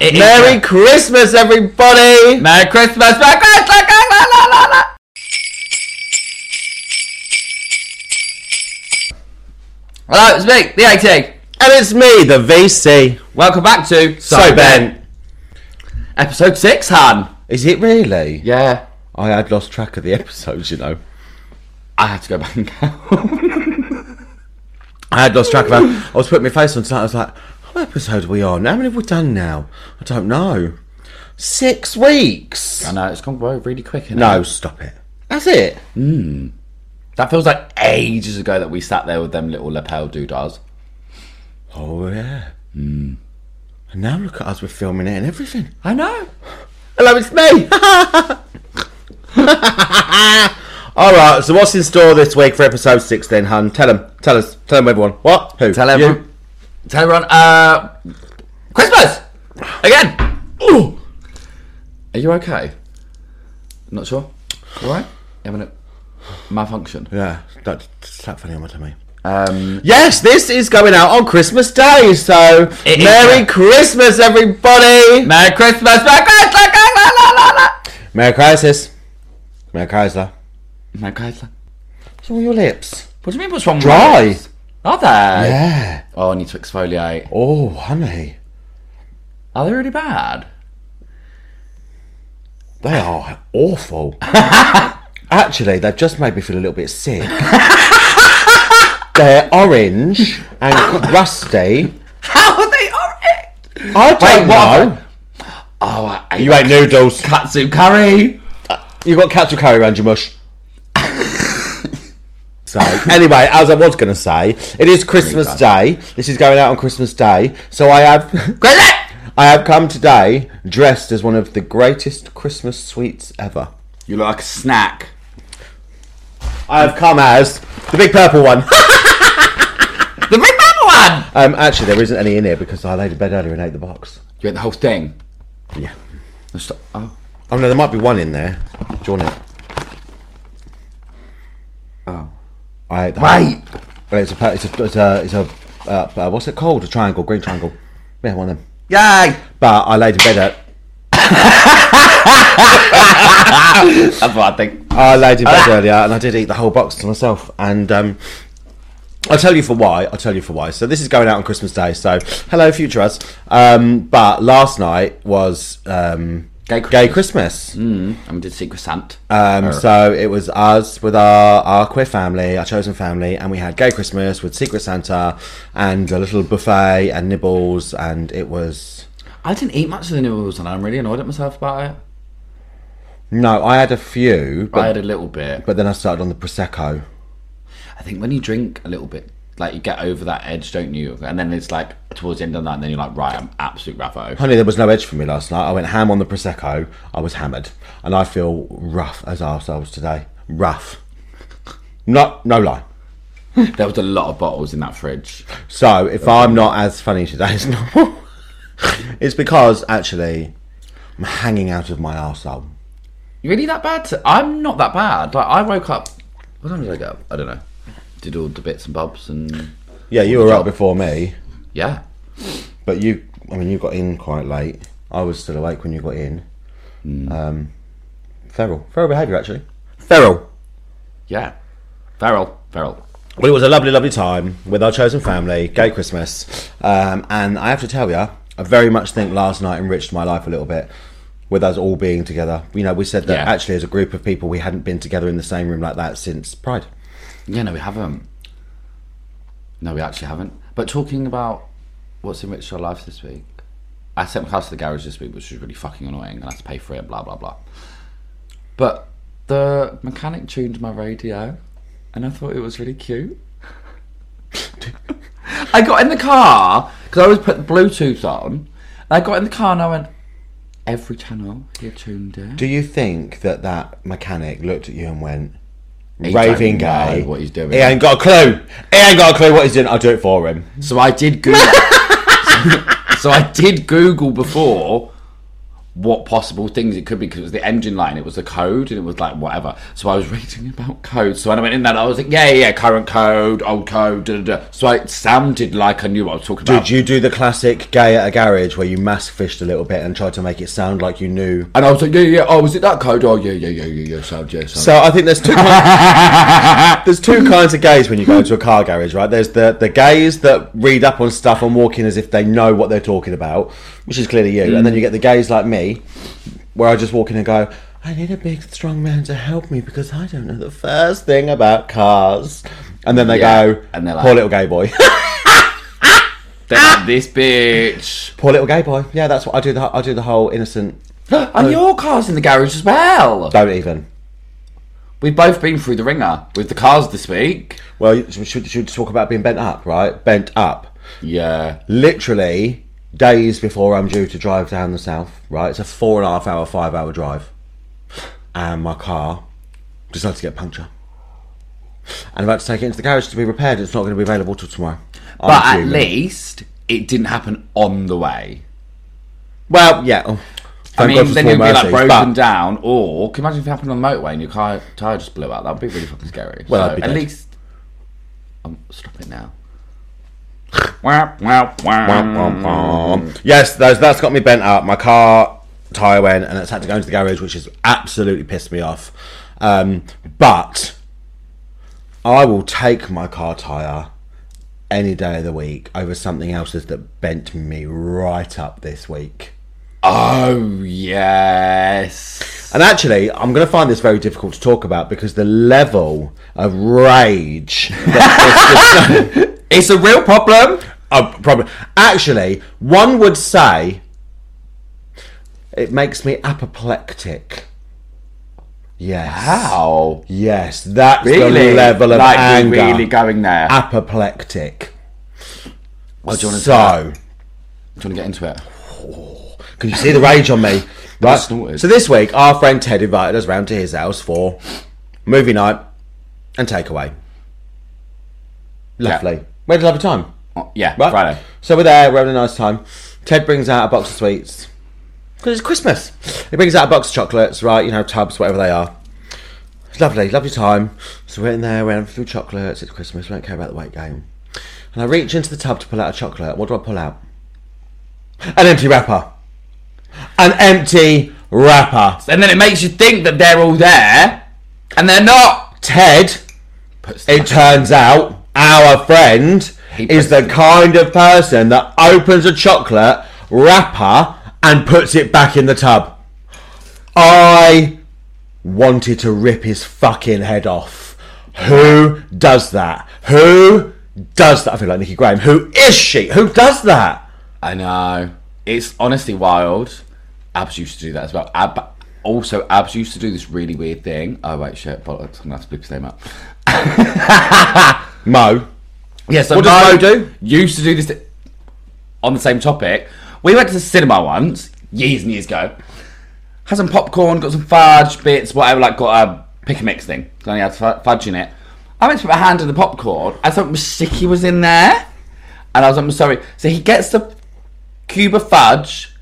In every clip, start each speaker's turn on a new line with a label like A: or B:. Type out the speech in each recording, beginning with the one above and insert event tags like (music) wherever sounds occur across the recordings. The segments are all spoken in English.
A: It is
B: Merry
A: that.
B: Christmas, everybody!
A: Merry Christmas, Merry Christmas, la, la, la, la. Hello, it's me, the AT.
B: And it's me, the VC.
A: Welcome back to
B: So, Ben.
A: episode six, Han.
B: Is it really?
A: Yeah,
B: I had lost track of the (laughs) episodes, you know.
A: I had to go (laughs) back and count.
B: I had lost track of I was putting my face on tonight, I was like, what episode are we on? How many have we done now? I don't know. Six weeks?
A: I know it's gone by really quick. hasn't
B: No,
A: it?
B: stop it. That's it.
A: that feels like ages ago that we sat there with them little lapel doodahs.
B: Oh, yeah. And now look at us, we're filming it and everything.
A: I know.
B: Hello, it's me! Alright, so what's in store this week for episode 6 then, hun? Tell them, tell us, tell them everyone. What? Who?
A: Tell
B: You?
A: everyone. Tell everyone. Uh, Christmas again. Ooh. Are you okay? Not sure. You alright? Having a malfunction.
B: Yeah, that, that's that funny on my tummy.
A: Um,
B: Yes, this is going out on Christmas Day, so
A: It is,
B: Merry
A: yeah.
B: Christmas, everybody!
A: Merry Christmas. Merry Christmas. La, la, la, la.
B: Merry Crisis. Merry Chrysler.
A: Merry Christmas.
B: It's all your lips.
A: What do you mean? What's wrong? with
B: Dry.
A: those? Are they?
B: Yeah.
A: Oh, I need to exfoliate.
B: Oh, honey.
A: Are they really bad?
B: They are awful. (laughs) Actually, they've just made me feel a little bit sick. (laughs) They're orange and rusty.
A: How are they orange?
B: I don't
A: Wait, what?
B: know.
A: Oh, I ate
B: You ain't noodles.
A: katsu curry.
B: You got catch your curry around your mush. so anyway, as I was going to say, it is Christmas Day. This is going out on Christmas Day, so I have
A: Christmas.
B: I have come today dressed as one of the greatest Christmas sweets ever.
A: You look like a snack.
B: I have come as the big purple one.
A: The big purple one.
B: um, actually, there isn't any in here because I laid in bed earlier and ate the box.
A: You ate the whole thing.
B: Yeah.
A: Let's stop- Oh.
B: Oh no, there might be one in there. Do you want it?
A: Oh.
B: I ate the whole-
A: Right.
B: Well, It's a it's a it's a, it's a uh, uh, what's it called? A triangle, green triangle. Yeah, one of them.
A: Yay.
B: But I laid in bed at
A: That's what I think.
B: I laid in bed earlier and I did eat the whole box to myself. And um, I'll tell you for why. I'll tell you for why. So this is going out on Christmas Day. So hello, future us. Um, but last night was um,
A: Gay
B: gay Christmas.
A: Mm. And we did Secret Santa.
B: Um, so it was us with our, our queer family, our chosen family, and we had gay Christmas with Secret Santa and a little buffet and nibbles, and it was.
A: I didn't eat much of the noodles and I'm really annoyed at myself about it.
B: No, I had a few, but
A: I had a little bit.
B: but then I started on the prosecco.
A: I think when you drink a little bit, like you get over that edge, don't you? And then it's like towards the end of that, and then you're like, right, I'm absolute raffo.
B: Honey, there was no edge for me last night. I went ham on the prosecco. I was hammered, and I feel rough as ourselves today. Rough. No, no lie.
A: (laughs) There was a lot of bottles in that fridge.
B: So if I'm not as funny today as (laughs) normal, it's because actually I'm hanging out of my arsehole.
A: You really that bad? I'm not that bad. Like I woke up. What time did I get up? I don't know. Did all the bits and bobs and
B: Yeah, you were up before me,
A: yeah.
B: but you. I mean, you got in quite late. I was still awake when you got in. Um, feral, feral behaviour actually. Feral.
A: Yeah. Feral. Feral.
B: Well, it was a lovely, lovely time with our chosen family, gay Christmas. Um, and I have to tell you, I very much think last night enriched my life a little bit with us all being together. You know, we said that
A: Yeah.
B: actually, as a group of people, we hadn't been together in the same room like that since Pride.
A: Yeah, no, we haven't. No, we actually haven't. But talking about what's enriched our lives this week, I sent my car to the garage this week, which was really fucking annoying, and I had to pay for it, blah, blah, blah. But the mechanic tuned my radio, and I thought it was really cute. (laughs) I got in the car, because I always put Bluetooth on, and I got in the car and I went, every channel he tuned it.
B: Do you think that that mechanic looked at you and went,
A: He
B: raving
A: don't know
B: gay?
A: what he's doing.
B: He ain't got a clue. He ain't got a clue what he's doing. I'll do it for him.
A: (laughs) So I did Google. so, I did Google before. what possible things it could be because it was the engine line, it was the code, and it was like whatever. So I was (laughs) reading about code. So when I went in there, I was like, yeah, yeah, yeah, current code, old code, da, da, da. So it sounded like I knew what I was talking about.
B: Did you do the classic gay at a garage where you mask fished a little bit and tried to make it sound like you knew?
A: And I was like, yeah, yeah, yeah, oh, was it that code? Oh, yeah, yeah, yeah, yeah, yeah, sound, yeah, sound.
B: So I think there's two
A: (laughs)
B: kinds, there's two kinds of gays when you go to a car garage, right? There's the, the gays that read up on stuff and walk in as if they know what they're talking about, which is clearly you, and then you get the gays like me, where I just walk in and go, I need a big strong man to help me because I don't know the first thing about cars, and then they
A: Yeah,
B: go,
A: and they're like-
B: poor little gay boy. (laughs)
A: They're like, this
B: (gasps)
A: bitch.
B: Poor little gay boy. Yeah, that's what I do. The I do the whole innocent.
A: And your car's in the garage as well.
B: Don't even.
A: We've both been through the ringer with the cars this week.
B: Well, you- should should we talk about being bent up, right? Bent up.
A: Yeah.
B: Literally days before I'm due to drive down the south. Right, it's a four and a half hour, five hour drive, and my car decided to get a puncture. And about to take it into the garage to be repaired. It's not going to be available till tomorrow. I'm
A: But at
B: fuming.
A: least it didn't happen on the way.
B: well, yeah.
A: I
B: oh, thank God
A: mean,
B: for
A: then
B: small
A: you'd be like
B: mercies,
A: broken
B: but-
A: down, or can you imagine if it happened on the motorway and your car tire just blew out? That would be really fucking scary.
B: Well,
A: So,
B: I'd be
A: at
B: dead.
A: least. Um, stop it now. Wow, wow,
B: Womp,
A: wow.
B: womp, womp. Mm. Yes, those, that's got me bent up. My car tyre went and it's had to go into the garage, which has absolutely pissed me off. Um, but I will take my car tyre any day of the week over something else that bent me right up this week.
A: Oh, yes.
B: And actually, I'm going to find this very difficult to talk about because the level of rage
A: It's a real problem.
B: Oh, probably. Actually, one would say it makes me apoplectic. Yes.
A: Wow.
B: Yes, that's
A: Really?
B: the level of
A: like,
B: anger.
A: we're really going there. Oh,
B: apoplectic.
A: do you wanna Do you
B: so,
A: want to get into it?
B: can you see the rage
A: (laughs)
B: on me? Right.
A: snorted.
B: So this week, our friend Ted invited us round to his house for movie night and takeaway. Lovely. We had a lovely time.
A: Oh, yeah,
B: Right.
A: Friday.
B: So we're there, we're having a nice time. Ted brings out a box of sweets. Because it's Christmas. He brings out a box of chocolates, right? You know, tubs, whatever they are. It's lovely, lovely time. So we're in there, we're having a few chocolates. It's Christmas, we don't care about the weight gain. And I reach into the tub to pull out a chocolate. What do I pull out? An empty wrapper. An empty wrapper.
A: And then it makes you think that they're all there, and they're not.
B: Ted,
A: Puts
B: it turns out, our friend
A: He
B: is the kind of person that opens a chocolate wrapper and puts it back in the tub. I wanted to rip his fucking head off. Who does that? Who does that? I feel like Nikki Graham. Who is she? Who does that?
A: I know. It's honestly wild. Abs used to do that as well. Ab- also, Abs used to do this really weird thing. Oh, wait, shit, bollocks. I'm going to have to bleep his name out.
B: Mo.
A: Yeah, so
B: What does Mo do?
A: Used to do this thi- on the same topic. We went to the cinema once, years and years ago. Had some popcorn, got some fudge bits, whatever, like got a pick and mix thing. So only had fu- fudge in it. I went to put my hand in the popcorn, and something sticky was in there. And I was like, I'm sorry. So he gets the cube of fudge,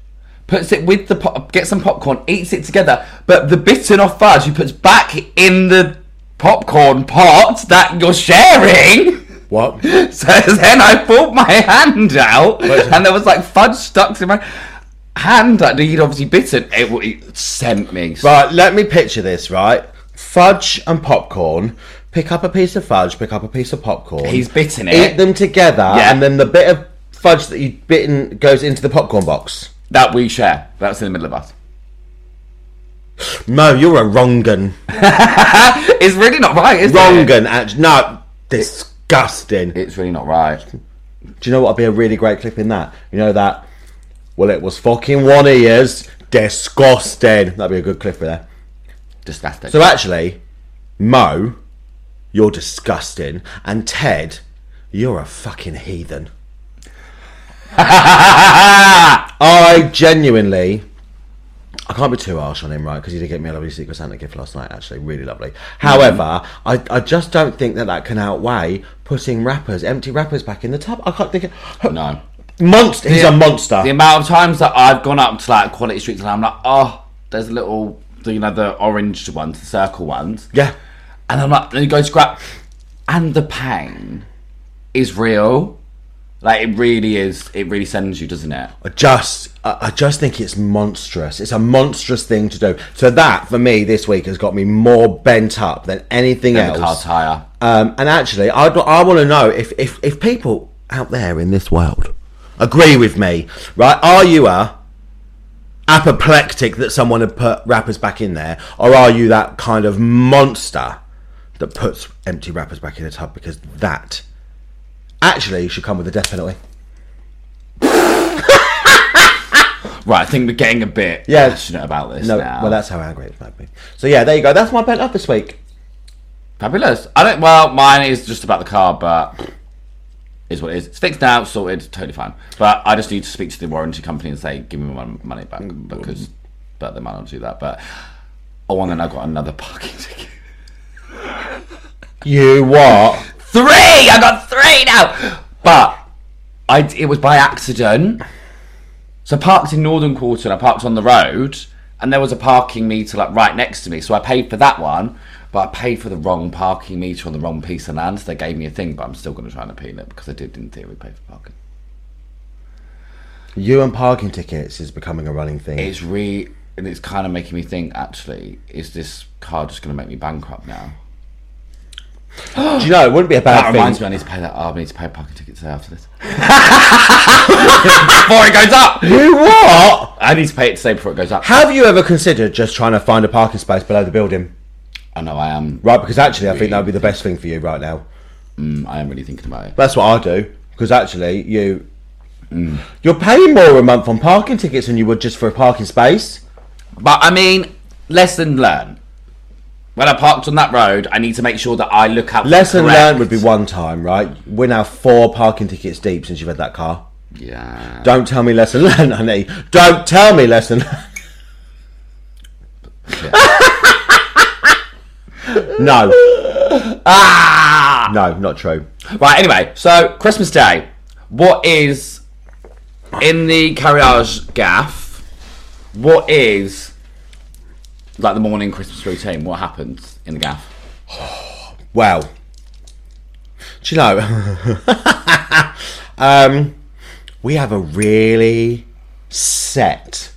A: puts it with the pop, gets some popcorn, eats it together. But the bitten off fudge he puts back in the popcorn pot that you're sharing. (laughs)
B: What?
A: So then I pulled my hand out, and there was like fudge stuck to my hand that he'd obviously bitten. It, w- it sent me.
B: (gasps) Right, let me picture this, right? Fudge and popcorn. Pick up a piece of fudge, pick up a piece of popcorn.
A: He's bitten it.
B: Eat them together,
A: Yeah.
B: and then the bit of fudge that you've bitten goes into the popcorn box.
A: That we share. That's in the middle of us.
B: No, you're a (laughs) wrongen.
A: It's really not right, is it?
B: Wrongen, actually. No, disgusting.
A: It's really not right.
B: Do you know what would be a really great clip in that? You know that? Well, it was fucking one of yours. Disgusting. That'd be a good clip for there.
A: Disgusting.
B: So actually, Mo, you're disgusting, and Ted, you're a fucking heathen. (laughs) I genuinely, I can't be too harsh on him, right? Because he did get me a lovely Secret Santa gift last night, actually, really lovely. However, I, I just don't think that that can outweigh putting wrappers, empty wrappers, back in the tub. I can't think. Of,
A: no.
B: Monster. He's
A: The-
B: a monster.
A: The amount of times that I've gone up to like quality streets and I'm like, oh, there's a little, the, you know, the orange ones, the circle ones,
B: yeah.
A: and I'm like, then you go to grab, and the pain is real. Like it really is. It really sends you, doesn't it?
B: I just, I I just think it's monstrous. It's a monstrous thing to do. So that for me this week has got me more bent up than anything
A: The car
B: else.
A: tire.
B: Um, and actually, I, I want to know if, if if people out there in this world agree with me, right? Are you a apoplectic that someone had put rappers back in there, or are you that kind of monster that puts empty rappers back in the tub? Because that actually should come with a death penalty.
A: Right, I think we're getting a bit
B: Yeah.
A: passionate about this
B: No,
A: now.
B: well, that's how angry it's made me. So yeah, there you go. That's my bent up this week.
A: Fabulous. I don't. Well, mine is just about the car, but is what it is. It's fixed now, sorted, totally fine. But I just need to speak to the warranty company and say, give me my money back
B: Mm,
A: because, but they might not do that. But oh, and then I got another (laughs) parking ticket.
B: You what?
A: Three. I got three now. But I. d- It was by accident. So I parked in Northern Quarter and I parked on the road, and there was a parking meter like right next to me. So I paid for that one, but I paid for the wrong parking meter on the wrong piece of land. So they gave me a thing, but I'm still going to try and appeal it because I did, in theory, pay for parking.
B: You and parking tickets is becoming a running thing.
A: (gasps) It's re and it's kind of making me think. Actually, is this car just going to make me bankrupt now?
B: Do you know it wouldn't be a bad
A: That
B: thing?
A: reminds me, I need to pay that. Oh, I need to pay a parking ticket today after this. (laughs) before it goes up,
B: You what?
A: I need to pay it today before it goes up.
B: Have you ever considered just trying to find a parking space below the building?
A: I know I am.
B: Right, because actually, I think that would be the best thing for you right now.
A: Mm, I am really thinking about it.
B: That's what I do. Because actually, you
A: Mm.
B: you're paying more a month on parking tickets than you would just for a parking space.
A: But I mean, lesson learned. When I parked on that road, I need to make sure that I look out. for
B: Lesson
A: correct-
B: learned would be one time, right? We're now four parking tickets deep since you've had that car.
A: Yeah.
B: Don't tell me lesson learned, honey. Don't tell me lesson. no,
A: Ah!
B: no, not true.
A: Right. Anyway, so Christmas Day. What is in the carriage gaff? What is like the morning Christmas routine? What happens in the gaff?
B: Well, do you know? (laughs) um, we have a really set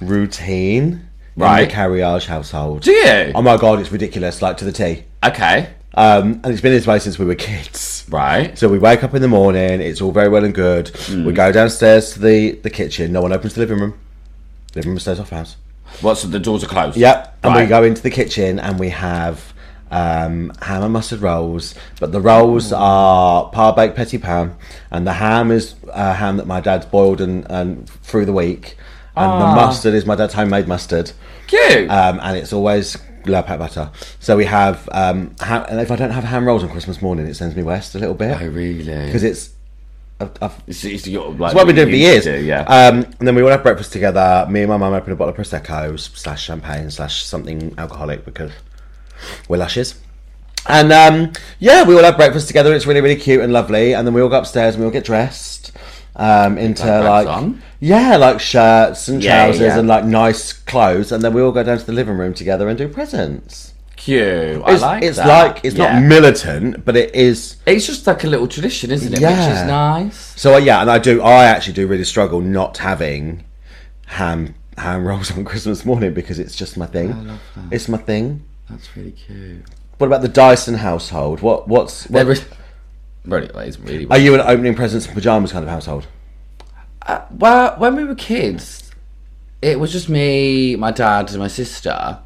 B: routine in
A: Right.
B: the carriage household.
A: Do you?
B: Oh my god, it's ridiculous, like to the T.
A: Okay.
B: Um, and it's been this way since we were kids.
A: Right.
B: So we wake up in the morning, it's all very well and good.
A: Mm.
B: We go downstairs to the, the kitchen, no one opens the living room. Living room stays off house.
A: What's the doors are closed?
B: Yep. And we
A: Right.
B: go into the kitchen and we have um, ham and mustard rolls, but the rolls are par baked petit pan, and the ham is uh, ham that my dad's boiled and, and through the week, and
A: Ah.
B: the mustard is my dad's homemade mustard,
A: Cute.
B: um, and it's always low pat butter. So we have um, ham, and if I don't have ham rolls on Christmas morning, it sends me west a little
A: oh,
B: bit
A: really?
B: because it's. I've, I've
A: it's, it's, your, like,
B: that's what we've been doing for
A: you
B: years.
A: do, yeah.
B: Um, and then we all have breakfast together. Me and my mum open a bottle of prosecco slash champagne slash something alcoholic because we're lushes. And um, yeah, we all have breakfast together. It's really really cute and lovely. And then we all go upstairs and we all get dressed um, into
A: Backpacks
B: like
A: on?
B: yeah, like shirts and
A: Yeah,
B: trousers
A: yeah.
B: and like nice clothes. And then we all go down to the living room together and do presents.
A: Cute. I
B: It's,
A: like
B: it's
A: that.
B: like it's
A: Yeah.
B: not militant, but it is.
A: It's just like a little tradition, isn't it? Which
B: Yeah.
A: is nice.
B: So uh, yeah, and I do. I actually do really struggle not having ham ham rolls (laughs) on Christmas morning because it's just my thing.
A: love that.
B: It's my thing.
A: That's really cute.
B: What about the Dyson household? What what's what,
A: There (laughs) is really, that is really.
B: are you an opening presents in pajamas kind of household?
A: Uh, well, when we were kids, it was just me, my dad, and my sister.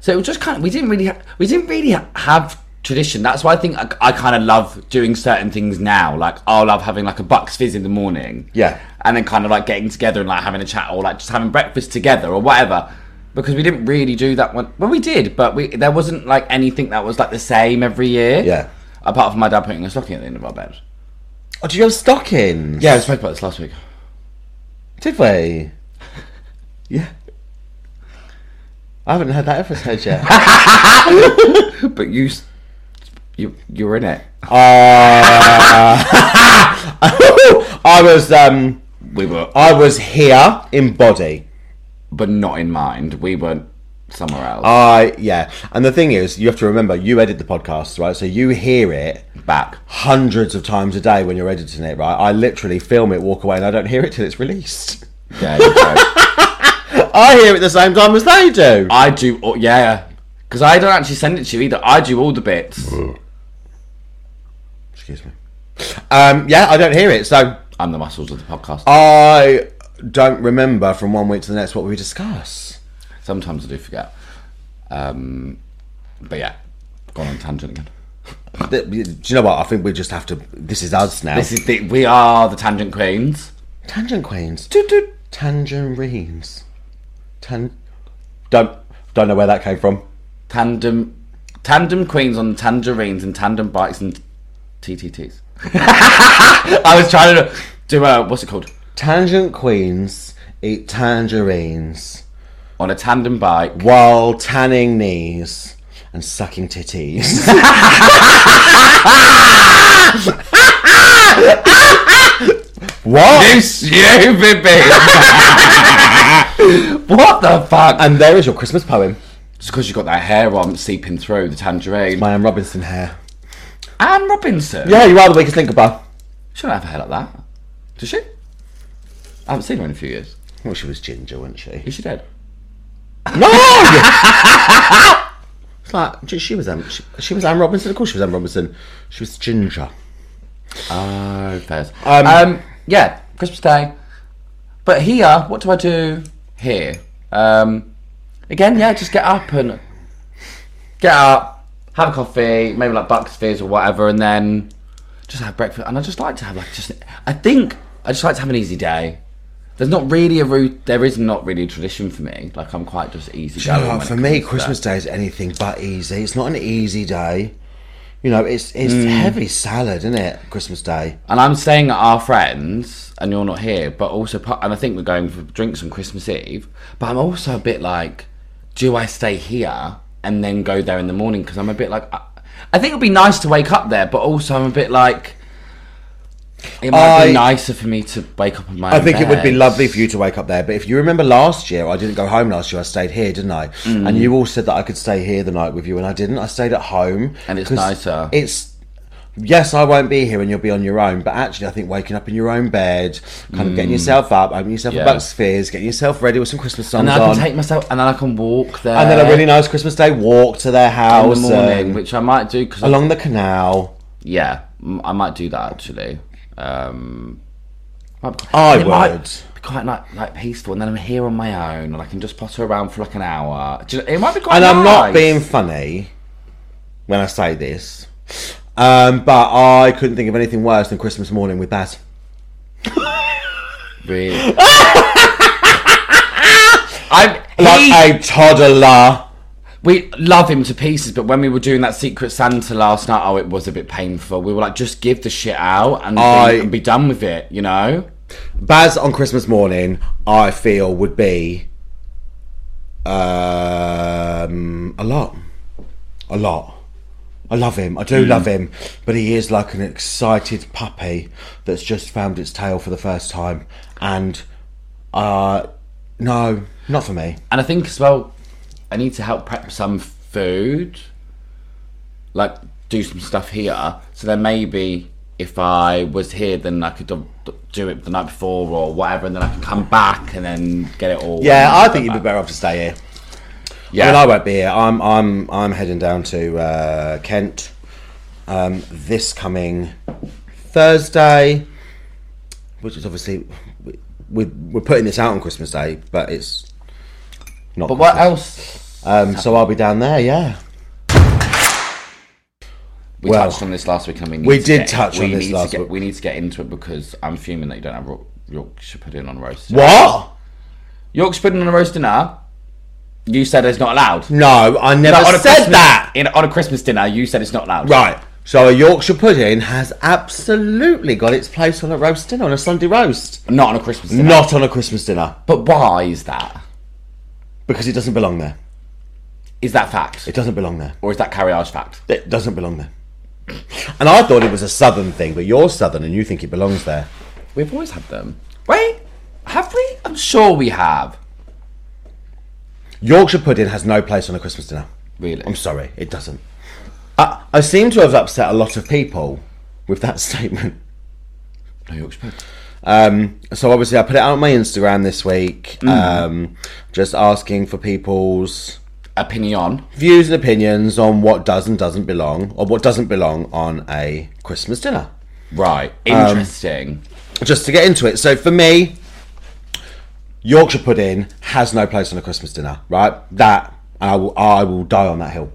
A: So it was just kind of we didn't really ha- we didn't really ha- have tradition. That's why I think I, I kind of love doing certain things now. Like I love having like a bucks fizz in the morning.
B: Yeah.
A: and then kind of like getting together and like having a chat or like just having breakfast together or whatever. Because we didn't really do that one. Well, we did, but we there wasn't like anything that was like the same every year.
B: Yeah.
A: Apart from my dad putting a stocking at the end of our bed.
B: Oh, do you have stockings?
A: Yeah, we spoke about this last week.
B: Did we? yeah. I haven't heard that episode yet. (laughs)
A: But you, s- you, you were in it.
B: Ah. I was um,
A: We were,
B: I was here in body.
A: but not in mind. We were somewhere else.
B: I yeah. And the thing is, you have to remember you edit the podcasts, right? So you hear it
A: Back.
B: hundreds of times a day when you're editing it, right? I literally film it, walk away, and I don't hear it till it's released.
A: Yeah, you go.
B: I hear it the same time as they do.
A: I do. all yeah, because I don't actually send it to you either. I do all the bits.
B: Excuse me. Um, yeah, I don't hear it. So
A: I'm the muscles of the podcast.
B: Oh. I don't remember from one week to the next what we discuss.
A: Sometimes I do forget. Um, but yeah, gone on tangent again.
B: Th- Do you know what? I think we just have to. This is us now.
A: This is the, we are the tangent queens.
B: Tangent Queens. Tangerines. Tan. Don't don't know where that came from.
A: Tandem, tandem queens on tangerines and tandem bikes and TTTs. (laughs) I was trying to do a what's it called
B: Tangent Queens eat tangerines
A: on a tandem bike.
B: while tanning knees and sucking titties. what?
A: You stupid bitch! (laughs) what the fuck?
B: And there is your Christmas poem.
A: It's because you got that hair on seeping through the tangerine.
B: My Anne Robinson hair.
A: Anne Robinson.
B: Yeah, you are the weakest link above.
A: She don't have a hair like that. Does she? I haven't seen her in a few years.
B: Well, she was ginger, wasn't she?
A: Is she dead?
B: No! it's like she, she was um, she, she was Anne Robinson. Of course, she was Anne Robinson. She was ginger.
A: Oh, fairs.
B: Um,
A: Um, yeah, Christmas Day. But here, what do I do here? Um, again, yeah, just get up and get up, have a coffee, maybe like Bucks Fizz or whatever, and then just have breakfast. And I just like to have like just. I think I just like to have an easy day. There's not really a route. There is not really a tradition for me. Like I'm quite just easy. going when it
B: for me,
A: comes to
B: Christmas Day is anything but easy. It's not an easy day. You know, it's it's heavy salad, isn't it? Christmas Day.
A: And I'm staying at our friends, and you're not here, but also, part, and I think we're going for drinks on Christmas Eve. But I'm also a bit like, do I stay here and then go there in the morning? Because I'm a bit like, I, I think it'd be nice to wake up there, but also I'm a bit like, it might
B: I-
A: be nicer for me to wake up in my.
B: I
A: own
B: think it would be
A: bed.
B: lovely for you to wake up there. But if you remember last year, I didn't go home last year. I stayed here, didn't I?
A: Mm.
B: And you all said that I could stay here the night with you, and I didn't. I stayed at home.
A: And it's
B: 'cause
A: nicer.
B: It's yes, I won't be here, and you'll be on your own. But actually, I think waking up in your own bed, kind of getting yourself up, opening yourself
A: Mm. Yeah.
B: a box of fizz, getting yourself ready with some Christmas songs
A: And then I
B: on,
A: can take myself, and then I can walk there.
B: and then a really nice Christmas Day walk to their
A: in
B: house um,
A: the morning,
B: and
A: which I might do because
B: along the canal.
A: yeah, m- I might do that actually. Um, might be-
B: I
A: and it might
B: would.
A: be quite like like peaceful, and then I'm here on my own, and I can just potter around for like an hour. Do you know- it might be quite.
B: and I'm not
A: nice.
B: being funny when I say this, um, but I couldn't think of anything worse than Christmas morning with that. (laughs)
A: Really. I'm
B: Like
A: he,
B: a toddler.
A: we love him to pieces, but when we were doing that Secret Santa last night, oh, it was a bit painful. We were like, just give the shit out and,
B: I-
A: and be done with it, you know.
B: Baz on Christmas morning, I feel would be um, a lot, a lot. I love him. I
A: Hmm.
B: do love him, but he is like an excited puppy that's just found its tail for the first time, and uh, no, not for me.
A: And I think as well, I need to help prep some food, like do some stuff here. So then maybe if I was here, then I could do- do it the night before or whatever, and then I can come back and then get it all.
B: Yeah, I think you'd be better off to stay here.
A: Yeah,
B: I mean, I won't be here. I'm I'm I'm heading down to uh, Kent um, this coming Thursday, which is obviously we, we, we're putting this out on Christmas Day, but it's not.
A: but what else?
B: Um, so I'll be down there. Yeah,
A: We
B: Well,
A: touched on this last week, and we need
B: we
A: to
B: did
A: get-
B: touch
A: we
B: on this
A: need to
B: last
A: get-
B: week.
A: We need to get into it because I'm fuming that you don't have Ro- Yorkshire pudding on roast.
B: what?
A: Yorkshire pudding on a roast dinner? You said it's not allowed.
B: No, I never
A: Like, on a
B: said
A: Christmas-
B: that.
A: in, on a Christmas dinner. You said it's not allowed.
B: Right. So a Yorkshire pudding has absolutely got its place on a roast dinner on a Sunday roast,
A: Not on a Christmas dinner.
B: not on a Christmas dinner
A: But why is that?
B: because it doesn't belong there.
A: Is that fact?
B: It doesn't belong there.
A: or is that carriage fact?
B: It doesn't belong there. And I thought it was a southern thing, but you're southern and you think it belongs there.
A: We've always had them. Wait, have we? I'm sure we have.
B: Yorkshire pudding has no place on a Christmas dinner.
A: Really?
B: I'm sorry, it doesn't. I, I seem to have upset a lot of people with that (laughs) statement.
A: no Yorkshire pudding.
B: Um, so obviously, I put it out on my Instagram this week, um, just asking for people's
A: Opinion.
B: views and opinions on what does and doesn't belong, or what doesn't belong on a Christmas dinner.
A: Right. Interesting.
B: Just to get into it. So for me, Yorkshire pudding has no place on a Christmas dinner. Right? That I will, I will die on that hill.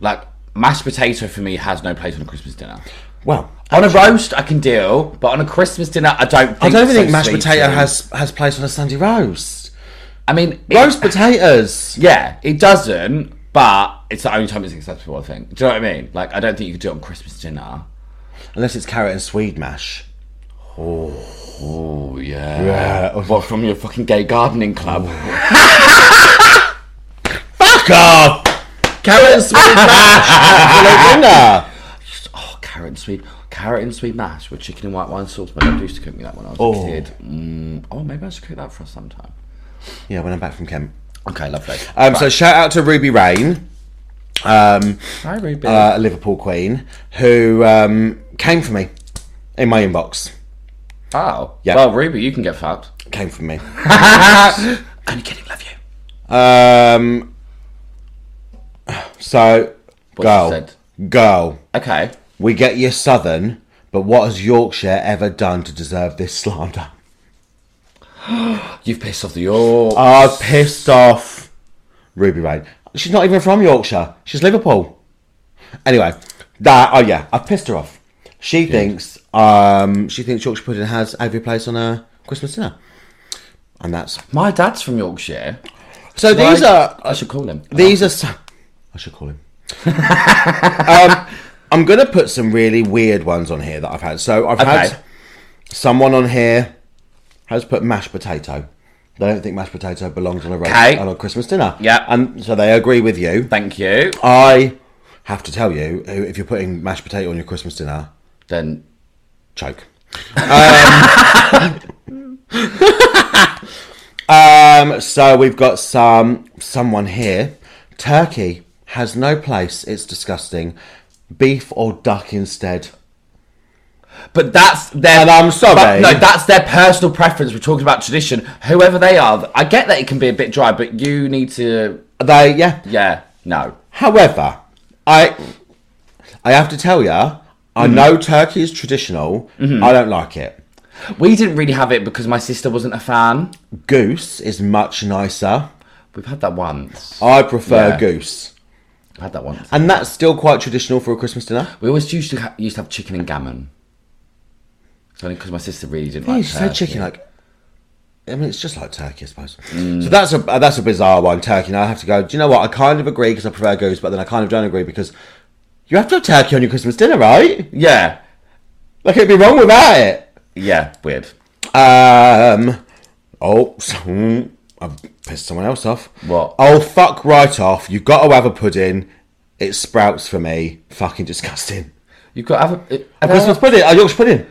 A: like mashed potato for me has no place on a Christmas dinner.
B: Well,
A: On a roast, I can deal, but on a Christmas dinner, I don't. think
B: I don't
A: it's
B: even think
A: so
B: mashed
A: sweet
B: potato
A: to me.
B: has has place on a Sunday roast.
A: I mean, it-
B: Roast potatoes.
A: Yeah, it doesn't. But it's the only time it's acceptable. I think. Do you know what I mean? Like, I don't think you could do it on Christmas dinner.
B: Unless it's carrot and swede mash.
A: Oh yeah. What from your fucking gay gardening club?
B: Oh.
A: (laughs)
B: Fuck off! Carrot and (laughs) swede mash. dinner.
A: Oh, carrot and sweet, carrot and sweet mash with chicken and white wine sauce. My dad used to cook me that when I was
B: Oh.
A: a kid. Mm, oh, maybe I should cook that for us sometime.
B: Yeah, when I'm back from Kent.
A: Okay, lovely.
B: Um, So shout out to Ruby Rain, um,
A: Hi, Ruby.
B: uh, Liverpool Queen, who um, came for me in my inbox.
A: oh,
B: yeah.
A: Well, Ruby, you can get fucked.
B: Came for (laughs) me.
A: Only kidding. Love you.
B: Um, so,
A: What she
B: girl,
A: said.
B: girl,
A: Okay.
B: we get you Southern, but what has Yorkshire ever done to deserve this slander?
A: You've pissed off the York.
B: I pissed off Ruby Rain. She's not even from Yorkshire. She's Liverpool. Anyway, that oh yeah, I've pissed her off. She thinks um she thinks Yorkshire pudding has every place on a Christmas dinner. And that's
A: My dad's from Yorkshire.
B: so these
A: Like,
B: are
A: I should call him.
B: these are some I should call him. (laughs) um, I'm gonna put some really weird ones on here that I've had. So I've
A: Okay.
B: had someone on here has put mashed potato. They don't think mashed potato belongs on a roast
A: Okay.
B: on a Christmas dinner.
A: Yeah.
B: and so they agree with you.
A: Thank you.
B: I have to tell you, if you're putting mashed potato on your Christmas dinner,
A: Then
B: choke. (laughs) Um, um, so we've got some someone here. Turkey has no place. It's disgusting. Beef or duck instead.
A: But that's their.
B: And I'm sorry.
A: But no, that's their personal preference. We're talking about tradition. Whoever they are, I get that it can be a bit dry, but you need to.
B: They yeah.
A: Yeah, no.
B: However, I I have to tell ya, I know turkey is traditional. I don't like it.
A: We didn't really have it because my sister wasn't a fan.
B: Goose is much nicer.
A: We've had that once.
B: I prefer
A: Yeah.
B: goose,
A: I've had that once.
B: and that's still quite traditional for a Christmas dinner.
A: we always used to ha- used to have chicken and gammon. It's only because my sister really didn't
B: Yeah,
A: like
B: you just had
A: turkey.
B: chicken like. I mean, it's just like turkey, I suppose.
A: Mm.
B: So that's a uh, that's a bizarre one, turkey. And I have to go. Do you know what? I kind of agree because I prefer goose, but then I kind of don't agree because you have to have turkey on your Christmas dinner, right?
A: Yeah,
B: Like it'd be wrong without it.
A: yeah, weird.
B: Um. Oh, (laughs) so, I've pissed someone else off.
A: What?
B: Oh, fuck right off. You've got to have a pudding. It sprouts for me. Fucking disgusting.
A: You've got to have a, a
B: Christmas pudding. A Yorkshire pudding.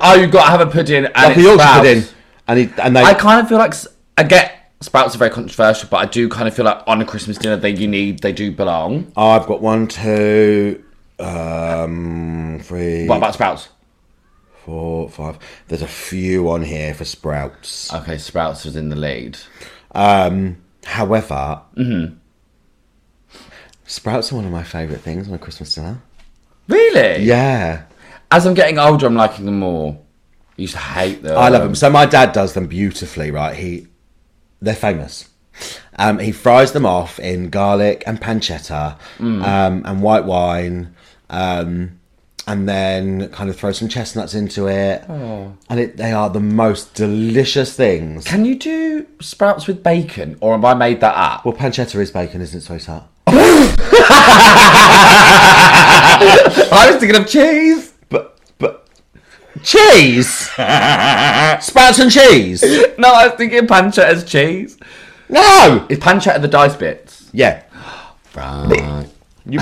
A: Oh, you've got to have a pudding and
B: Uh, Like a
A: it's
B: Yorkshire
A: sprouts.
B: pudding. And, he, and they,
A: I kind of feel like s- I get sprouts are very controversial, but I do kind of feel like on a Christmas dinner they you need they do belong.
B: Oh, I've got one, two, um, three,
A: What about sprouts?
B: four, five. There's a few on here for sprouts.
A: Okay, sprouts was in the lead.
B: Um, mm-hmm. however, sprouts are one of my favourite things on a Christmas dinner.
A: Really?
B: Yeah,
A: As I'm getting older, I'm liking them more. I used to hate them.
B: I love them. So my dad does them beautifully. Right, he they're famous. Um, he fries them off in garlic and pancetta um, and white wine, um, and then kind of throw some chestnuts into it. And it, they are the most delicious things.
A: Can you do sprouts with bacon, or have I made that up? (laughs)
B: Well, pancetta is bacon, isn't it, sweetheart?
A: I was thinking of cheese. (laughs)
B: But but cheese, (laughs) sprouts and cheese.
A: No, I was thinking pancetta as cheese.
B: No.
A: Is pancetta the dice bits?
B: Yeah.
A: Right.
B: You-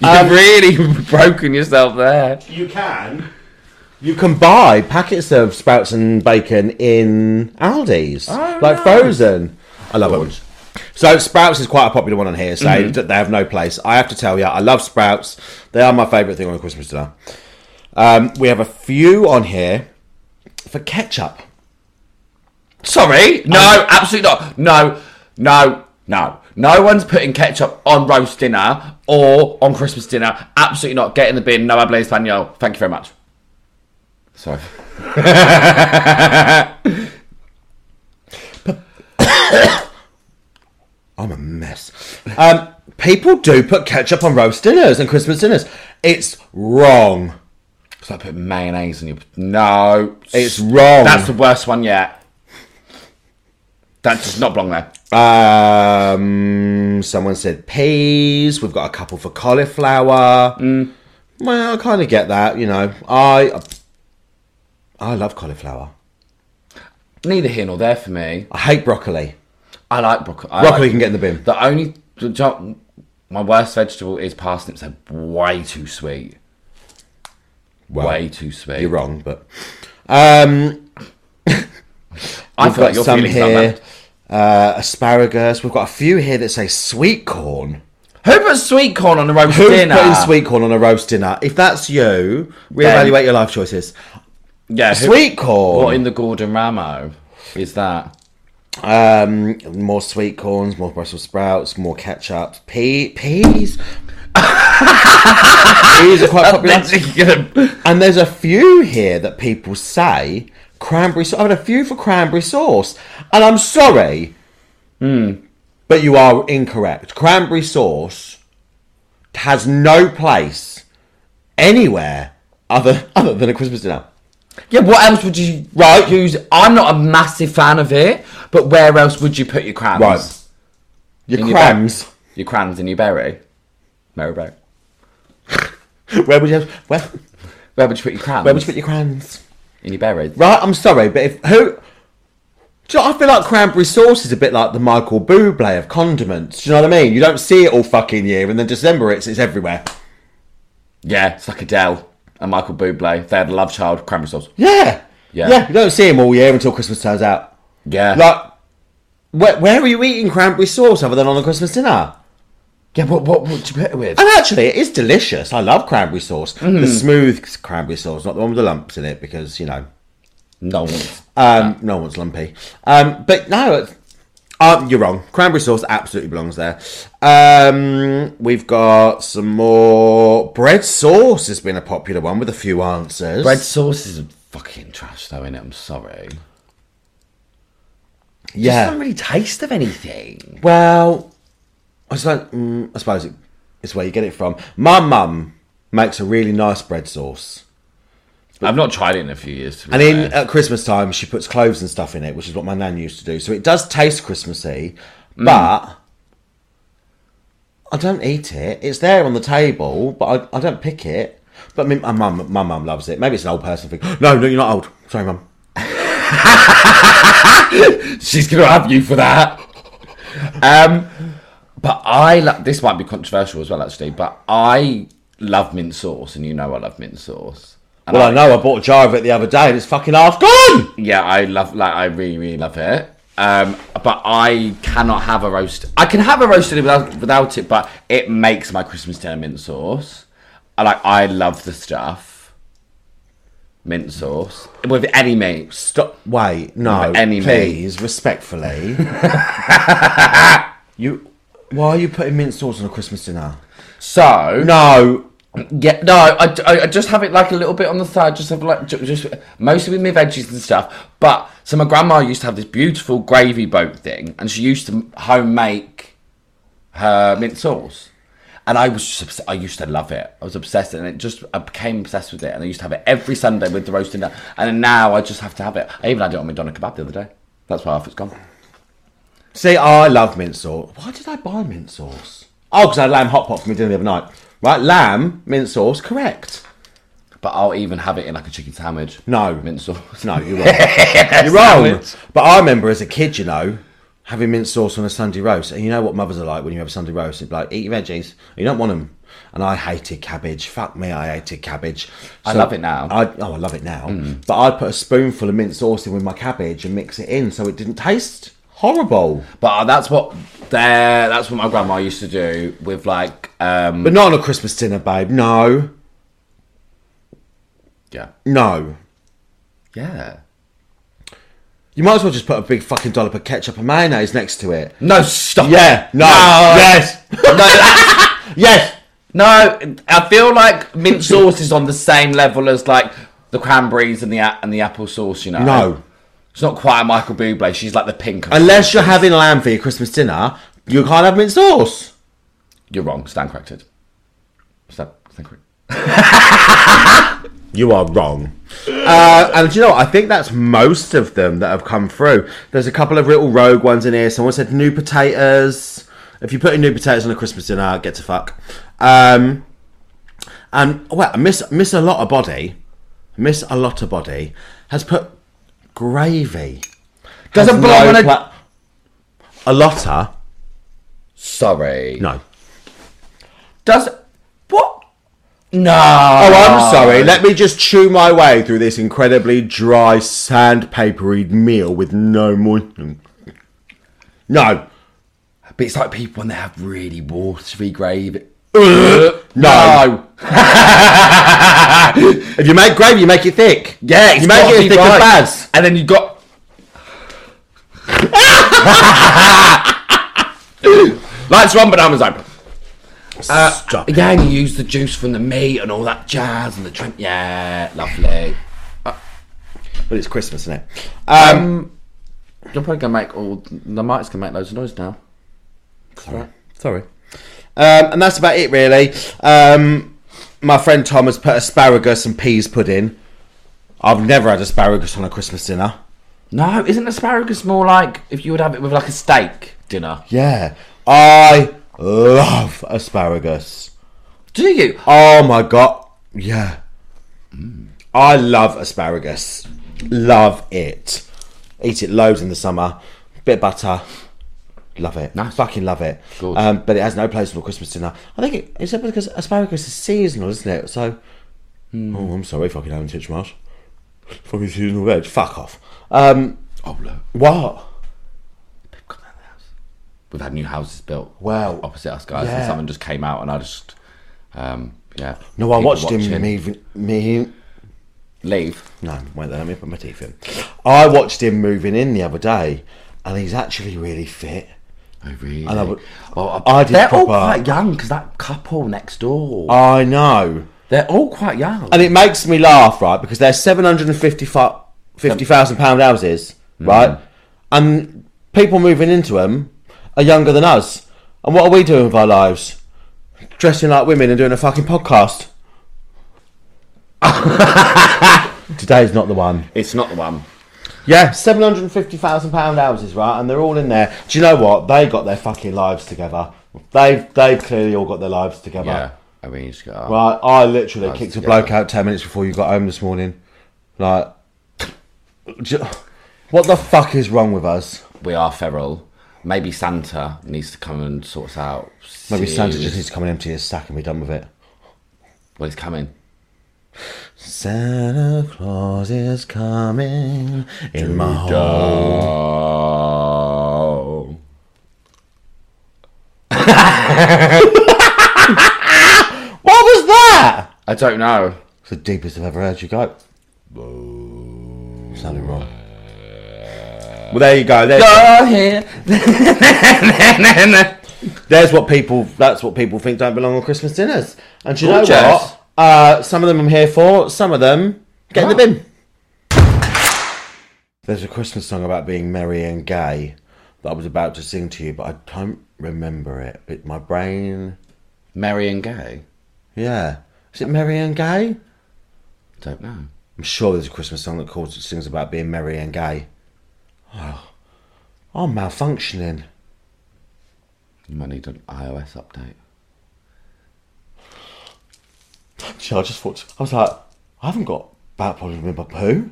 A: You've really (laughs) broken yourself there.
B: You can. You can buy packets of sprouts and bacon in Aldi's,
A: Oh,
B: like
A: nice.
B: frozen. I love it. So sprouts is quite a popular one on here, so that they have no place. I have to tell you, I love sprouts. They are my favourite thing on a Christmas dinner. Um, we have a few on here for ketchup.
A: Sorry, no, absolutely not. No, no, no. No one's putting ketchup on roast dinner or on Christmas dinner. Absolutely not. Get in the bin. No habla español. Thank you very much. Sorry.
B: (coughs) I'm a mess. Um, people do put ketchup on roast dinners and Christmas dinners. It's wrong.
A: So I put mayonnaise in your. No,
B: It's wrong.
A: That's the worst one yet. That does not belong there.
B: Um, someone said peas. We've got a couple for cauliflower.
A: Mm.
B: Well, I kind of get that, you know. I I love cauliflower.
A: Neither here nor there for me.
B: I hate broccoli.
A: I like broccoli. I
B: Broccoli
A: like-
B: can get in the bin.
A: The only the jo- my worst vegetable is parsnips. They're way too sweet.
B: Well,
A: way too sweet.
B: You're wrong, but um,
A: I
B: I've
A: feel like
B: got
A: your
B: some
A: feelings are
B: here.
A: bad.
B: Uh, asparagus. We've got a few here that say sweet corn.
A: Who puts sweet corn on a roast
B: Who's
A: dinner?
B: putting sweet corn on a roast dinner? If that's you, reevaluate your life choices.
A: Yeah, who-
B: Sweet corn.
A: What in the Gordon Ramo is
B: (laughs)
A: that?
B: Um, more sweet corns, more Brussels sprouts, more ketchup, pea, peas. (laughs) peas are quite popular. And there's a few here that people say cranberry sauce. I've had a few for cranberry sauce, and I'm sorry, Hmm. but you are incorrect. Cranberry sauce has no place anywhere other other than a Christmas dinner.
A: yeah, what else would you right use? I'm not a massive fan of it, but where else would you put your crams?
B: Right. Your
A: In your bag.
B: crams. (laughs)
A: Your crams and your berry, Mary Berry.
B: where would you have, where,
A: Where would you put your crams?
B: where would you put your crams?
A: in your berry?
B: Right, I'm sorry, but if who? Do you know, I feel like cranberry sauce is a bit like the Michael Bublé of condiments. Do you know what I mean? You don't see it all fucking year, and then December it's it's everywhere.
A: Yeah, it's like Adele and Michael Bublé. They had a love child, cranberry sauce.
B: Yeah,
A: Yeah.
B: yeah. You don't see them all year until Christmas turns out.
A: Yeah,
B: Like, where, where are you eating cranberry sauce other than on a Christmas dinner?
A: yeah. What what would you put it with?
B: And actually, it is delicious. I love cranberry sauce. The smooth cranberry sauce, not the one with the lumps in it, because you know
A: No one's
B: Um, no one's lumpy. Um, but no, it's, uh, you're wrong. Cranberry sauce absolutely belongs there. Um, we've got some more bread sauce has been a popular one with a few answers.
A: bread sauce is fucking trash though. In it, I'm sorry.
B: yeah.
A: really taste of anything.
B: well, I just don't- mm, I suppose it, it's where you get it from. My mum makes a really nice bread sauce.
A: I've not tried it in a few years. To be
B: And in
A: fair.
B: at Christmas time, she puts cloves and stuff in it, which is what my nan used to do. So it does taste Christmassy, but I don't eat it. It's there on the table, but I, I don't pick it. But I mean, my mum, my mum loves it. Maybe it's an old person thing. No, no, you're not old. Sorry, mum.
A: she's gonna have you for that. (laughs) um, but I lo- this might be controversial as well, actually. But I love mint sauce, and you know I love mint sauce. And
B: Well, I know. I bought a jar of it the other day, and it's fucking half gone.
A: yeah, I love like I really really love it. Um, but I cannot have a roast. I can have a roast dinner without without it, but it makes my Christmas dinner mint sauce. I like I love the stuff. Mint sauce with any meats.
B: Stop. Wait, no.
A: With any
B: please, (laughs) respectfully. you. Why are you putting mint sauce on a Christmas dinner?
A: So
B: No.
A: Yeah, no, I, I, I just have it like a little bit on the side, just have like ju- just mostly with my veggies and stuff. But so my grandma used to have this beautiful gravy boat thing, and she used to home make her mint sauce, and I was just obs- I used to love it. I was obsessed, and it just I became obsessed with it, and I used to have it every Sunday with the roast dinner, and then now I just have to have it. I even had it on my doner kebab the other day. That's why half it's gone.
B: See, "Oh, I love mint sauce. Why did I buy mint sauce? Oh, because I had lamb hot pot for my dinner the other night. Right, lamb, mint sauce, correct.
A: But I'll even have it in like a chicken sandwich.
B: No.
A: mint sauce. (laughs)
B: No, you're wrong. you're wrong. But I remember as a kid, you know, having mint sauce on a Sunday roast. And you know what mothers are like when you have a Sunday roast. It's like, eat your veggies. You don't want them. And I hated cabbage. Fuck me, I hated cabbage.
A: I love it now. Mm.
B: I, oh, I love it now. But I'd put a spoonful of mint sauce in with my cabbage and mix it in so it didn't taste horrible.
A: But that's what there. That's what my grandma used to do with like. um
B: But not on a Christmas dinner, babe. No.
A: Yeah.
B: No.
A: Yeah.
B: You might as well just put a big fucking dollop of ketchup and mayonnaise next to it.
A: No, stop.
B: Yeah. No.
A: No.
B: Yes.
A: (laughs) No, that's-
B: Yes.
A: no, I feel like mint sauce is on the same level as like the cranberries and the a- and the apple sauce. You know.
B: No.
A: It's not quite a Michael Bublé. She's like the pink. of-
B: Unless you're having lamb for your Christmas dinner, you can't have mint sauce.
A: You're wrong. Stand corrected. Stand, stand corrected.
B: You are wrong. Uh, and do you know, what? I think that's most of them that have come through. There's a couple of little rogue ones in here. Someone said new potatoes. If you put in new potatoes on a Christmas dinner, get to fuck. Um, and well, miss miss a lot of body. Miss a lot of body has put gravy.
A: Doesn't belong on a-
B: a lotta.
A: Sorry.
B: No.
A: Does what? No.
B: Oh, I'm sorry. Let me just chew my way through this incredibly dry, sandpapery meal with no moistening. No,
A: But it's like people when they have really watery gravy.
B: no. (laughs) if you make gravy, you make it thick.
A: Yeah, it's
B: you make it
A: gotta
B: as
A: be
B: thick
A: right.
B: as Baz.
A: And then you (laughs) got. Lights one, but Amazon.
B: Stop.
A: Uh, Yeah, and you use the juice from the meat and all that jazz and the drink. Yeah, lovely.
B: But it's Christmas, isn't it? Um,
A: You're probably gonna make all the mic's gonna make loads of noise now. Sorry.
B: Sorry. Um, and that's about it, really. Um, my friend Tom has put asparagus and peas pudding. I've never had asparagus on a Christmas dinner.
A: No, isn't asparagus more like if you would have it with like a steak dinner?
B: Yeah, I love asparagus.
A: Do you?
B: Oh my god, yeah. I love asparagus. Love it. Eat it loads in the summer. Bit of butter. Love it.
A: Nice.
B: Fucking love it.
A: Good.
B: Um, but it has no place on a Christmas dinner. I think it, except because asparagus is seasonal, isn't it? So, oh, I'm sorry, fucking Alan Titchmarsh. Fucking seasonal veg. Fuck off. Um,
A: Oh look,
B: what?
A: people come out of the house. We've had new houses built.
B: Wow.
A: opposite us guys,
B: Yeah.
A: and someone just came out, and I just, um, yeah.
B: No, I
A: people
B: watched him. Me, me,
A: leave.
B: No, wait there, let me put my teeth in. I watched him moving in the other day, and he's actually really fit.
A: Oh really?
B: I know, but
A: well,
B: I did
A: they're all
B: proper-
A: quite young because that couple next door.
B: I know.
A: they're all quite young.
B: And it makes me laugh, right? Because they're £750,000 pound houses, right? And people moving into them are younger than us. And what are we doing with our lives? Dressing like women and doing a fucking podcast. (laughs) Today's not the one.
A: it's not the one.
B: Yeah, seven hundred and fifty thousand pound houses, right? And they're all in there. Do you know what? They got their fucking lives together. They've they've clearly all got their lives together.
A: Yeah, I mean, you just got.
B: Right? I literally kicked
A: together.
B: a bloke out ten minutes before you got home this morning. Like, j- what the fuck is wrong with us?
A: We are feral. Maybe Santa needs to come and sort us out.
B: Maybe Santa
A: Serious-
B: just needs to come and empty his sack and be done with it.
A: Well, he's coming.
B: Santa Claus is coming in my home.
A: Oh.
B: What was that?
A: I don't know.
B: It's the deepest I've ever heard you go. Sounded wrong. Well, there you go. There's,
A: Go (laughs) ahead.
B: there's what people. That's what people think don't belong on Christmas dinners. And do you
A: Gorgeous.
B: know what? Uh, some of them I'm here for. Some of them get in the bin. There's a Christmas song about being merry and gay that I was about to sing to you, but I don't remember it. It my brain.
A: Merry and gay?
B: Yeah. Is it merry and gay?
A: Don't know.
B: I'm sure there's a Christmas song that calls sings about being merry and gay. Oh, I'm malfunctioning.
A: You might need an iOS update.
B: So I just thought I was like, I haven't got back problems with my (laughs) poo.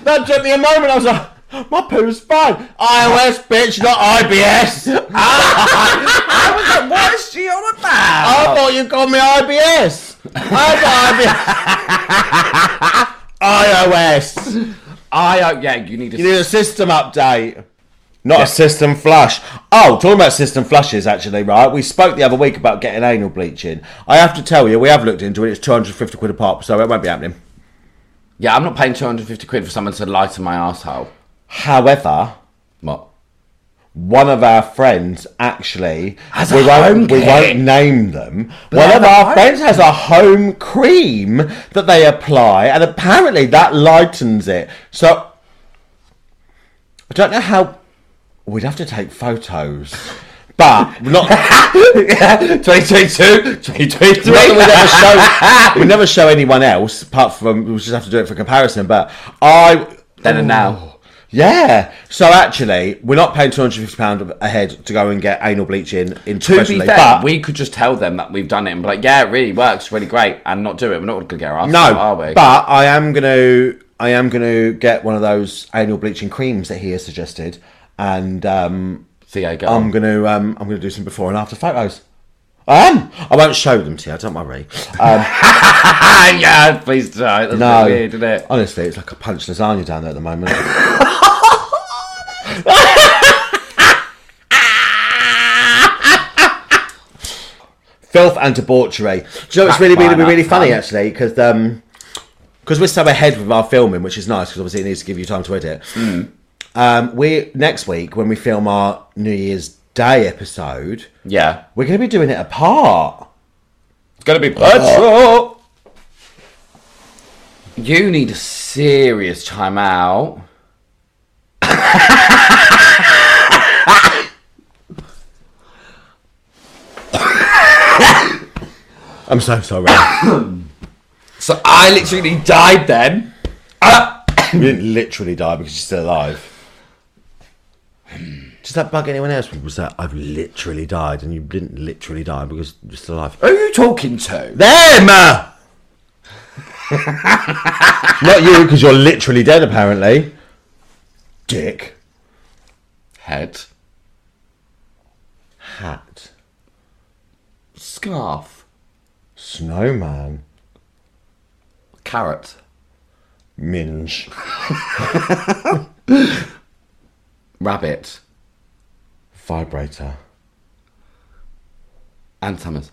B: that took me a moment. I was like, My poo's fine. iOS, bitch, not (laughs) IBS.
A: I was like, what is she on about?
B: I thought you called me IBS. I (laughs) got IBS. iOS.
A: I uh, yeah, you need to.
B: You need a system update. Not a system flush. Oh, talking about system flushes, actually, right? We spoke the other week about getting anal bleaching. I have to tell you, we have looked into it. It's 250 quid a pop, so it won't be happening.
A: yeah, I'm not paying 250 quid for someone to lie to my asshole.
B: However,
A: What? (laughs)
B: one of our friends actually
A: Has
B: we
A: a
B: won't
A: home
B: we
A: kit.
B: won't name them.
A: they
B: one
A: have
B: of
A: a
B: our
A: home
B: friends has a home cream that they apply, and apparently that lightens it. So I don't know how we'd have to take photos,
A: (laughs)
B: but not. not
A: 2022, 2023.
B: that
A: (laughs)
B: we never show we never show anyone else apart from we just have to do it for comparison. But I
A: Then and now.
B: yeah. So actually, we're not paying two hundred fifty pound a head to go and get anal bleaching in
A: To be
B: professionally,
A: fair,
B: but
A: we could just tell them that we've done it and be like, yeah, it really works, really great, and not do it. We're not going to get our ass
B: no,
A: out, Oh, are we?
B: but I am gonna I am gonna get one of those anal bleaching creams that he has suggested, and um,
A: Theo, go.
B: I'm gonna um, I'm gonna do some before and after photos. I am. I won't show them to you. Don't worry.
A: ah, yeah, please do. That's
B: No,
A: no. weird, isn't it?
B: honestly, it's like a punch lasagna down there at
A: (laughs)
B: the moment. Filth and debauchery. Do you know what's really, really,
A: fine,
B: really
A: that's
B: funny
A: fine.
B: actually? Because um, because we're so ahead with our filming, which is nice because obviously it needs to give you time to edit.
A: Hmm.
B: Um, we next week when we film our New Year's Day episode,
A: Yeah.
B: we're going to be doing it apart.
A: It's going to be
B: Oh.
A: You need a serious time out.
B: I'm so sorry.
A: So I literally died then. Ah!
B: You didn't literally die because you're still alive. Does that bug anyone else? Was that I've literally died and you didn't literally die because you're still alive?
A: Who are you talking to?
B: Them! Not you because you're literally dead apparently. Dick.
A: Head.
B: Hat.
A: Scarf.
B: Snowman.
A: Carrot.
B: Minge.
A: Rabbit.
B: Vibrator.
A: And Summers.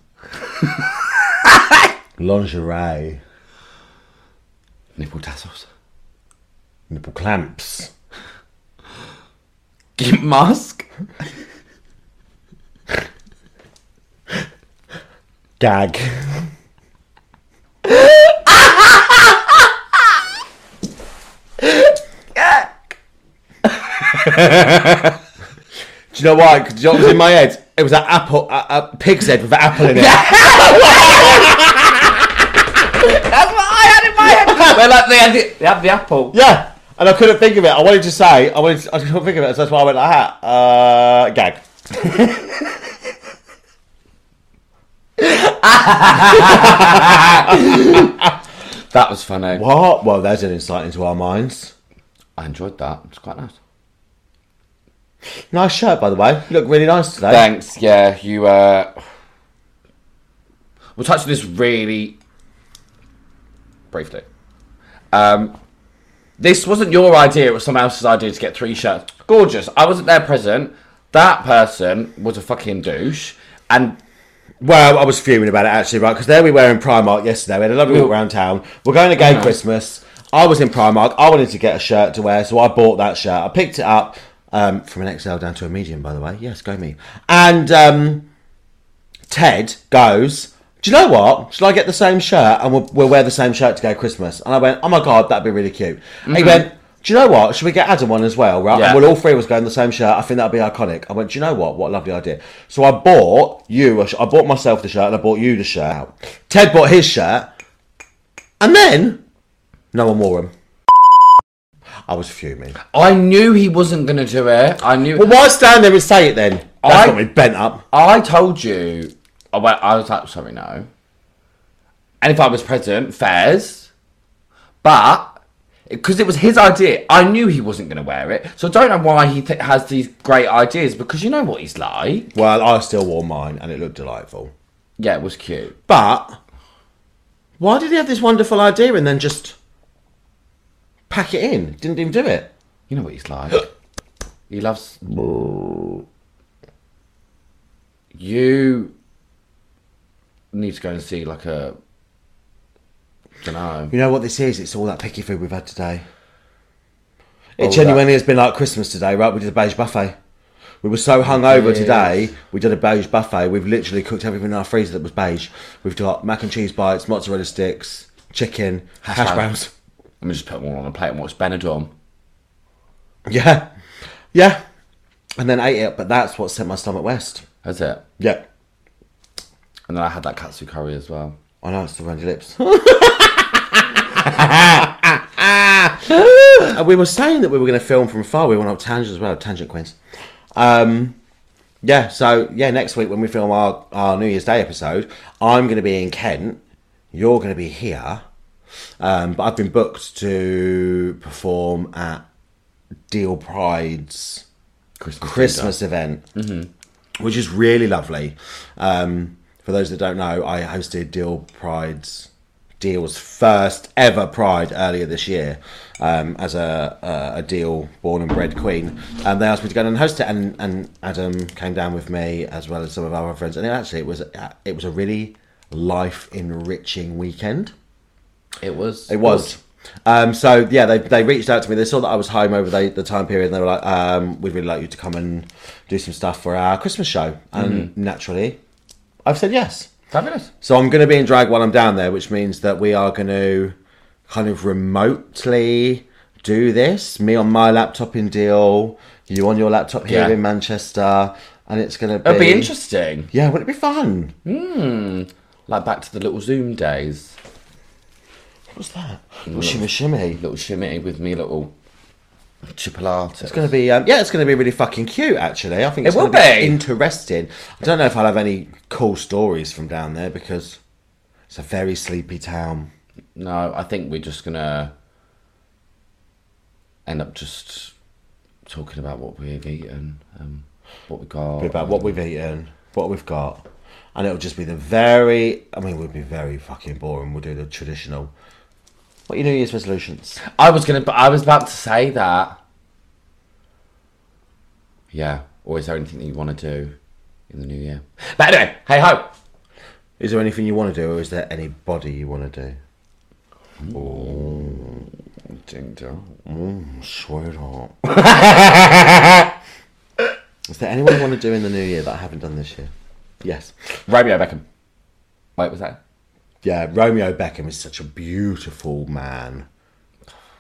B: Lingerie.
A: Nipple tassels.
B: Nipple clamps.
A: Gimp mask.
B: (laughs) Gag. Do you know why? 'Cause you know what was in my head? It was an apple, a, a pig's head with an apple in it.
A: That's what I had in my (laughs) head. They're like, they had the, they had the apple.
B: Yeah, and I couldn't think of it. I wanted to say, I wanted, to, I couldn't think of it. So that's why I went like that. Uh, gag.
A: That was funny.
B: What? Well, there's an insight into our minds.
A: I enjoyed that. It's quite nice.
B: Nice shirt, by the way. You look really nice today.
A: Thanks. Yeah, you. uh We'll touch on this really briefly. Um, this wasn't your idea; it was someone else's idea to get three shirts. Gorgeous. I wasn't there present. That person was a fucking douche, and
B: Well, I was fuming about it actually, right? Because there we were in Primark yesterday. We had a lovely walk
A: Ooh.
B: around town. We're going to Gay Christmas. I was in Primark. I wanted to get a shirt to wear, so I bought that shirt. I picked it up um, from an XL down to a medium, by the way. Yes, go me. And um, Ted goes, "Do you know what? Shall I get the same shirt and we'll, we'll wear the same shirt to Gay Christmas?" And I went, "Oh my god, that'd be really cute." And he went. Do you know what? Should we get Adam one as well, right?
A: Yeah.
B: And we'll all three of us go in the same shirt. I think that'd be iconic. I went, do you know what? What a lovely idea. So I bought you, a sh- I bought myself the shirt and I bought you the shirt out. Ted bought his shirt and then no one wore him. I was fuming.
A: I knew he wasn't gonna do it. I knew.
B: Well, why stand there and say it then? That's
A: I-
B: got me bent up.
A: I told you. I, went, I was like, sorry, no. And if I was present, fairs. But because it was his idea. I knew he wasn't going to wear it, so I don't know why he th- has these great ideas. Because you know what he's like.
B: Well, I still wore mine and it looked delightful.
A: Yeah, it was cute.
B: But why did he have this wonderful idea and then just pack it in? Didn't even do it.
A: You know what he's like. he loves you. Need to go and see like a. Don't know.
B: You know what this is? It's all that picky food we've had today. Oh, It
A: All
B: genuinely has been like Christmas today, right? We did a beige buffet. We were so hungover
A: Yes.
B: today. We did a beige buffet. We've literally cooked everything in our freezer that was beige. We've got mac and cheese bites, mozzarella sticks, chicken, hash, browns.
A: browns. Let me just put them all on a plate and watch Benidorm.
B: (laughs) Yeah, yeah. And then ate it, but that's what sent my stomach west.
A: That's it.
B: Yeah,
A: And then I had that katsu curry as well.
B: I know it's the roundy lips. And we were saying that we were going to film from far. We went on tangent as well, tangent queens. Um, yeah, so yeah, next week when we film our, our New Year's Day episode, I'm going to be in Kent. You're going to be here. Um, but I've been booked to perform at Deal Pride's
A: Christmas.
B: Christmas event, which is really lovely. Um, for those that don't know, I hosted Deal Pride's Deal's first ever Pride earlier this year um, as a, a, a Deal born and bred queen, and they asked me to go and host it, and, and Adam came down with me as well as some of our other friends, and it actually it was it was a really life enriching weekend.
A: It was.
B: It was. Um, so yeah, they, they reached out to me. They saw that I was home over the, the time period, and they were like, um, "We'd really like you to come and do some stuff for our Christmas show." And
A: Mm-hmm.
B: naturally, I've said yes.
A: Fabulous.
B: So I'm going to be in drag while I'm down there, which means that we are going to kind of remotely do this. Me on my laptop in Deal, you on your laptop here
A: Yeah.
B: in Manchester, and it's going to be.
A: It'd be interesting. Mm.
B: Yeah, wouldn't it be fun?
A: Like back to the little Zoom days.
B: What's that?
A: Mm.
B: Little shimmy shimmy.
A: Little shimmy with me little chipolata.
B: It's going to be um, yeah, it's going to be really fucking cute. Actually, I think it's
A: It will
B: gonna
A: be.
B: interesting. I don't know if I'll have any cool stories from down there because it's a very sleepy town.
A: No, I think we're just going to end up just talking about what we've eaten, um, what we got.
B: About what we've eaten, what we've got, and it'll just be the very. I mean, we'll be very fucking boring. We'll do the traditional. What are your New Year's resolutions?
A: I was gonna. I was about to say that. Yeah. Or is there anything that you want to do in the new year? But anyway, hey ho.
B: Is there anything you want to do, or is there anybody you want to do?
A: Ding dong. Mm,
B: Swear up. (laughs)
A: (laughs)
B: Is there anyone you want to do in the new year that I haven't done this year? Yes.
A: Romeo Beckham. Wait, was that?
B: Yeah, Romeo Beckham is such a beautiful man.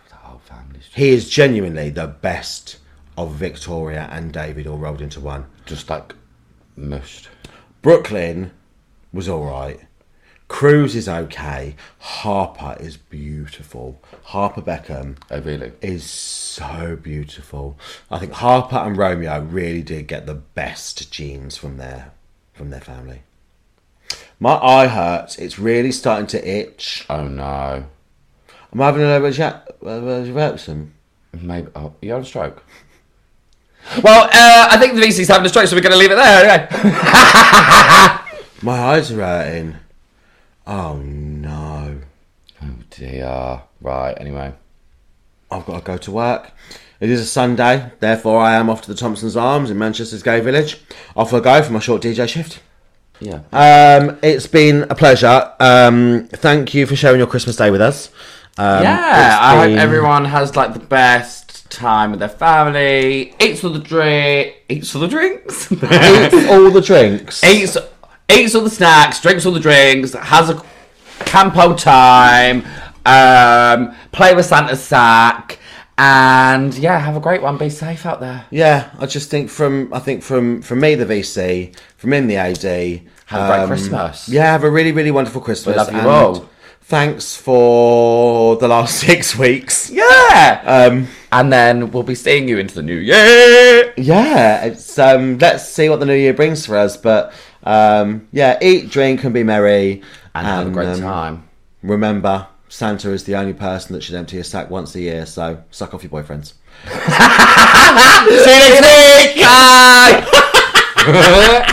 A: The whole family's
B: He is genuinely the best of Victoria and David all rolled into one.
A: just like mushed.
B: Brooklyn was all right. Cruz is okay. Harper is beautiful. Harper Beckham
A: Oh really?
B: is so beautiful. I think Harper and Romeo really did get the best genes from their from their family. My eye hurts. It's really starting to itch.
A: Oh no.
B: I'm having a rejection.
A: Maybe. Oh, you had a stroke. Well, uh, I think the VC's having a stroke, so we're going to leave it there. Anyway.
B: My eyes are hurting. Oh no.
A: Oh dear. Right. Anyway.
B: I've got to go to work. It is a Sunday, therefore I am off to the Thompson's Arms in Manchester's Gay Village. Off I go for my short DJ shift.
A: Yeah.
B: Um, it's been a pleasure. Um, thank you for sharing your Christmas day with us. Um,
A: Yeah,
B: it's
A: I hope
B: been-
A: everyone has like the best time with their family. Eats all the drink, eats all the (laughs) drinks,
B: Eat all the drinks.
A: eats eats all the snacks, drinks all the drinks, has a campo time, um, play with Santa's sack, and yeah, have a great one. Be safe out there.
B: Yeah, I just think from I think from from me the VC, from him the AD.
A: Have a great Christmas.
B: Yeah, have a really really wonderful Christmas.
A: love you
B: and
A: all.
B: Thanks for the last (laughs) six weeks.
A: Yeah,
B: Um,
A: and then we'll be seeing you into the new year.
B: yeah, it's um, let's see what the new year brings for us. But um, yeah, eat, drink, and be merry,
A: And have a great
B: um,
A: time.
B: Remember, Santa is the only person that should empty a sack once a year, so suck off
A: (laughs)
B: your boyfriends.
A: See you next week. Bye.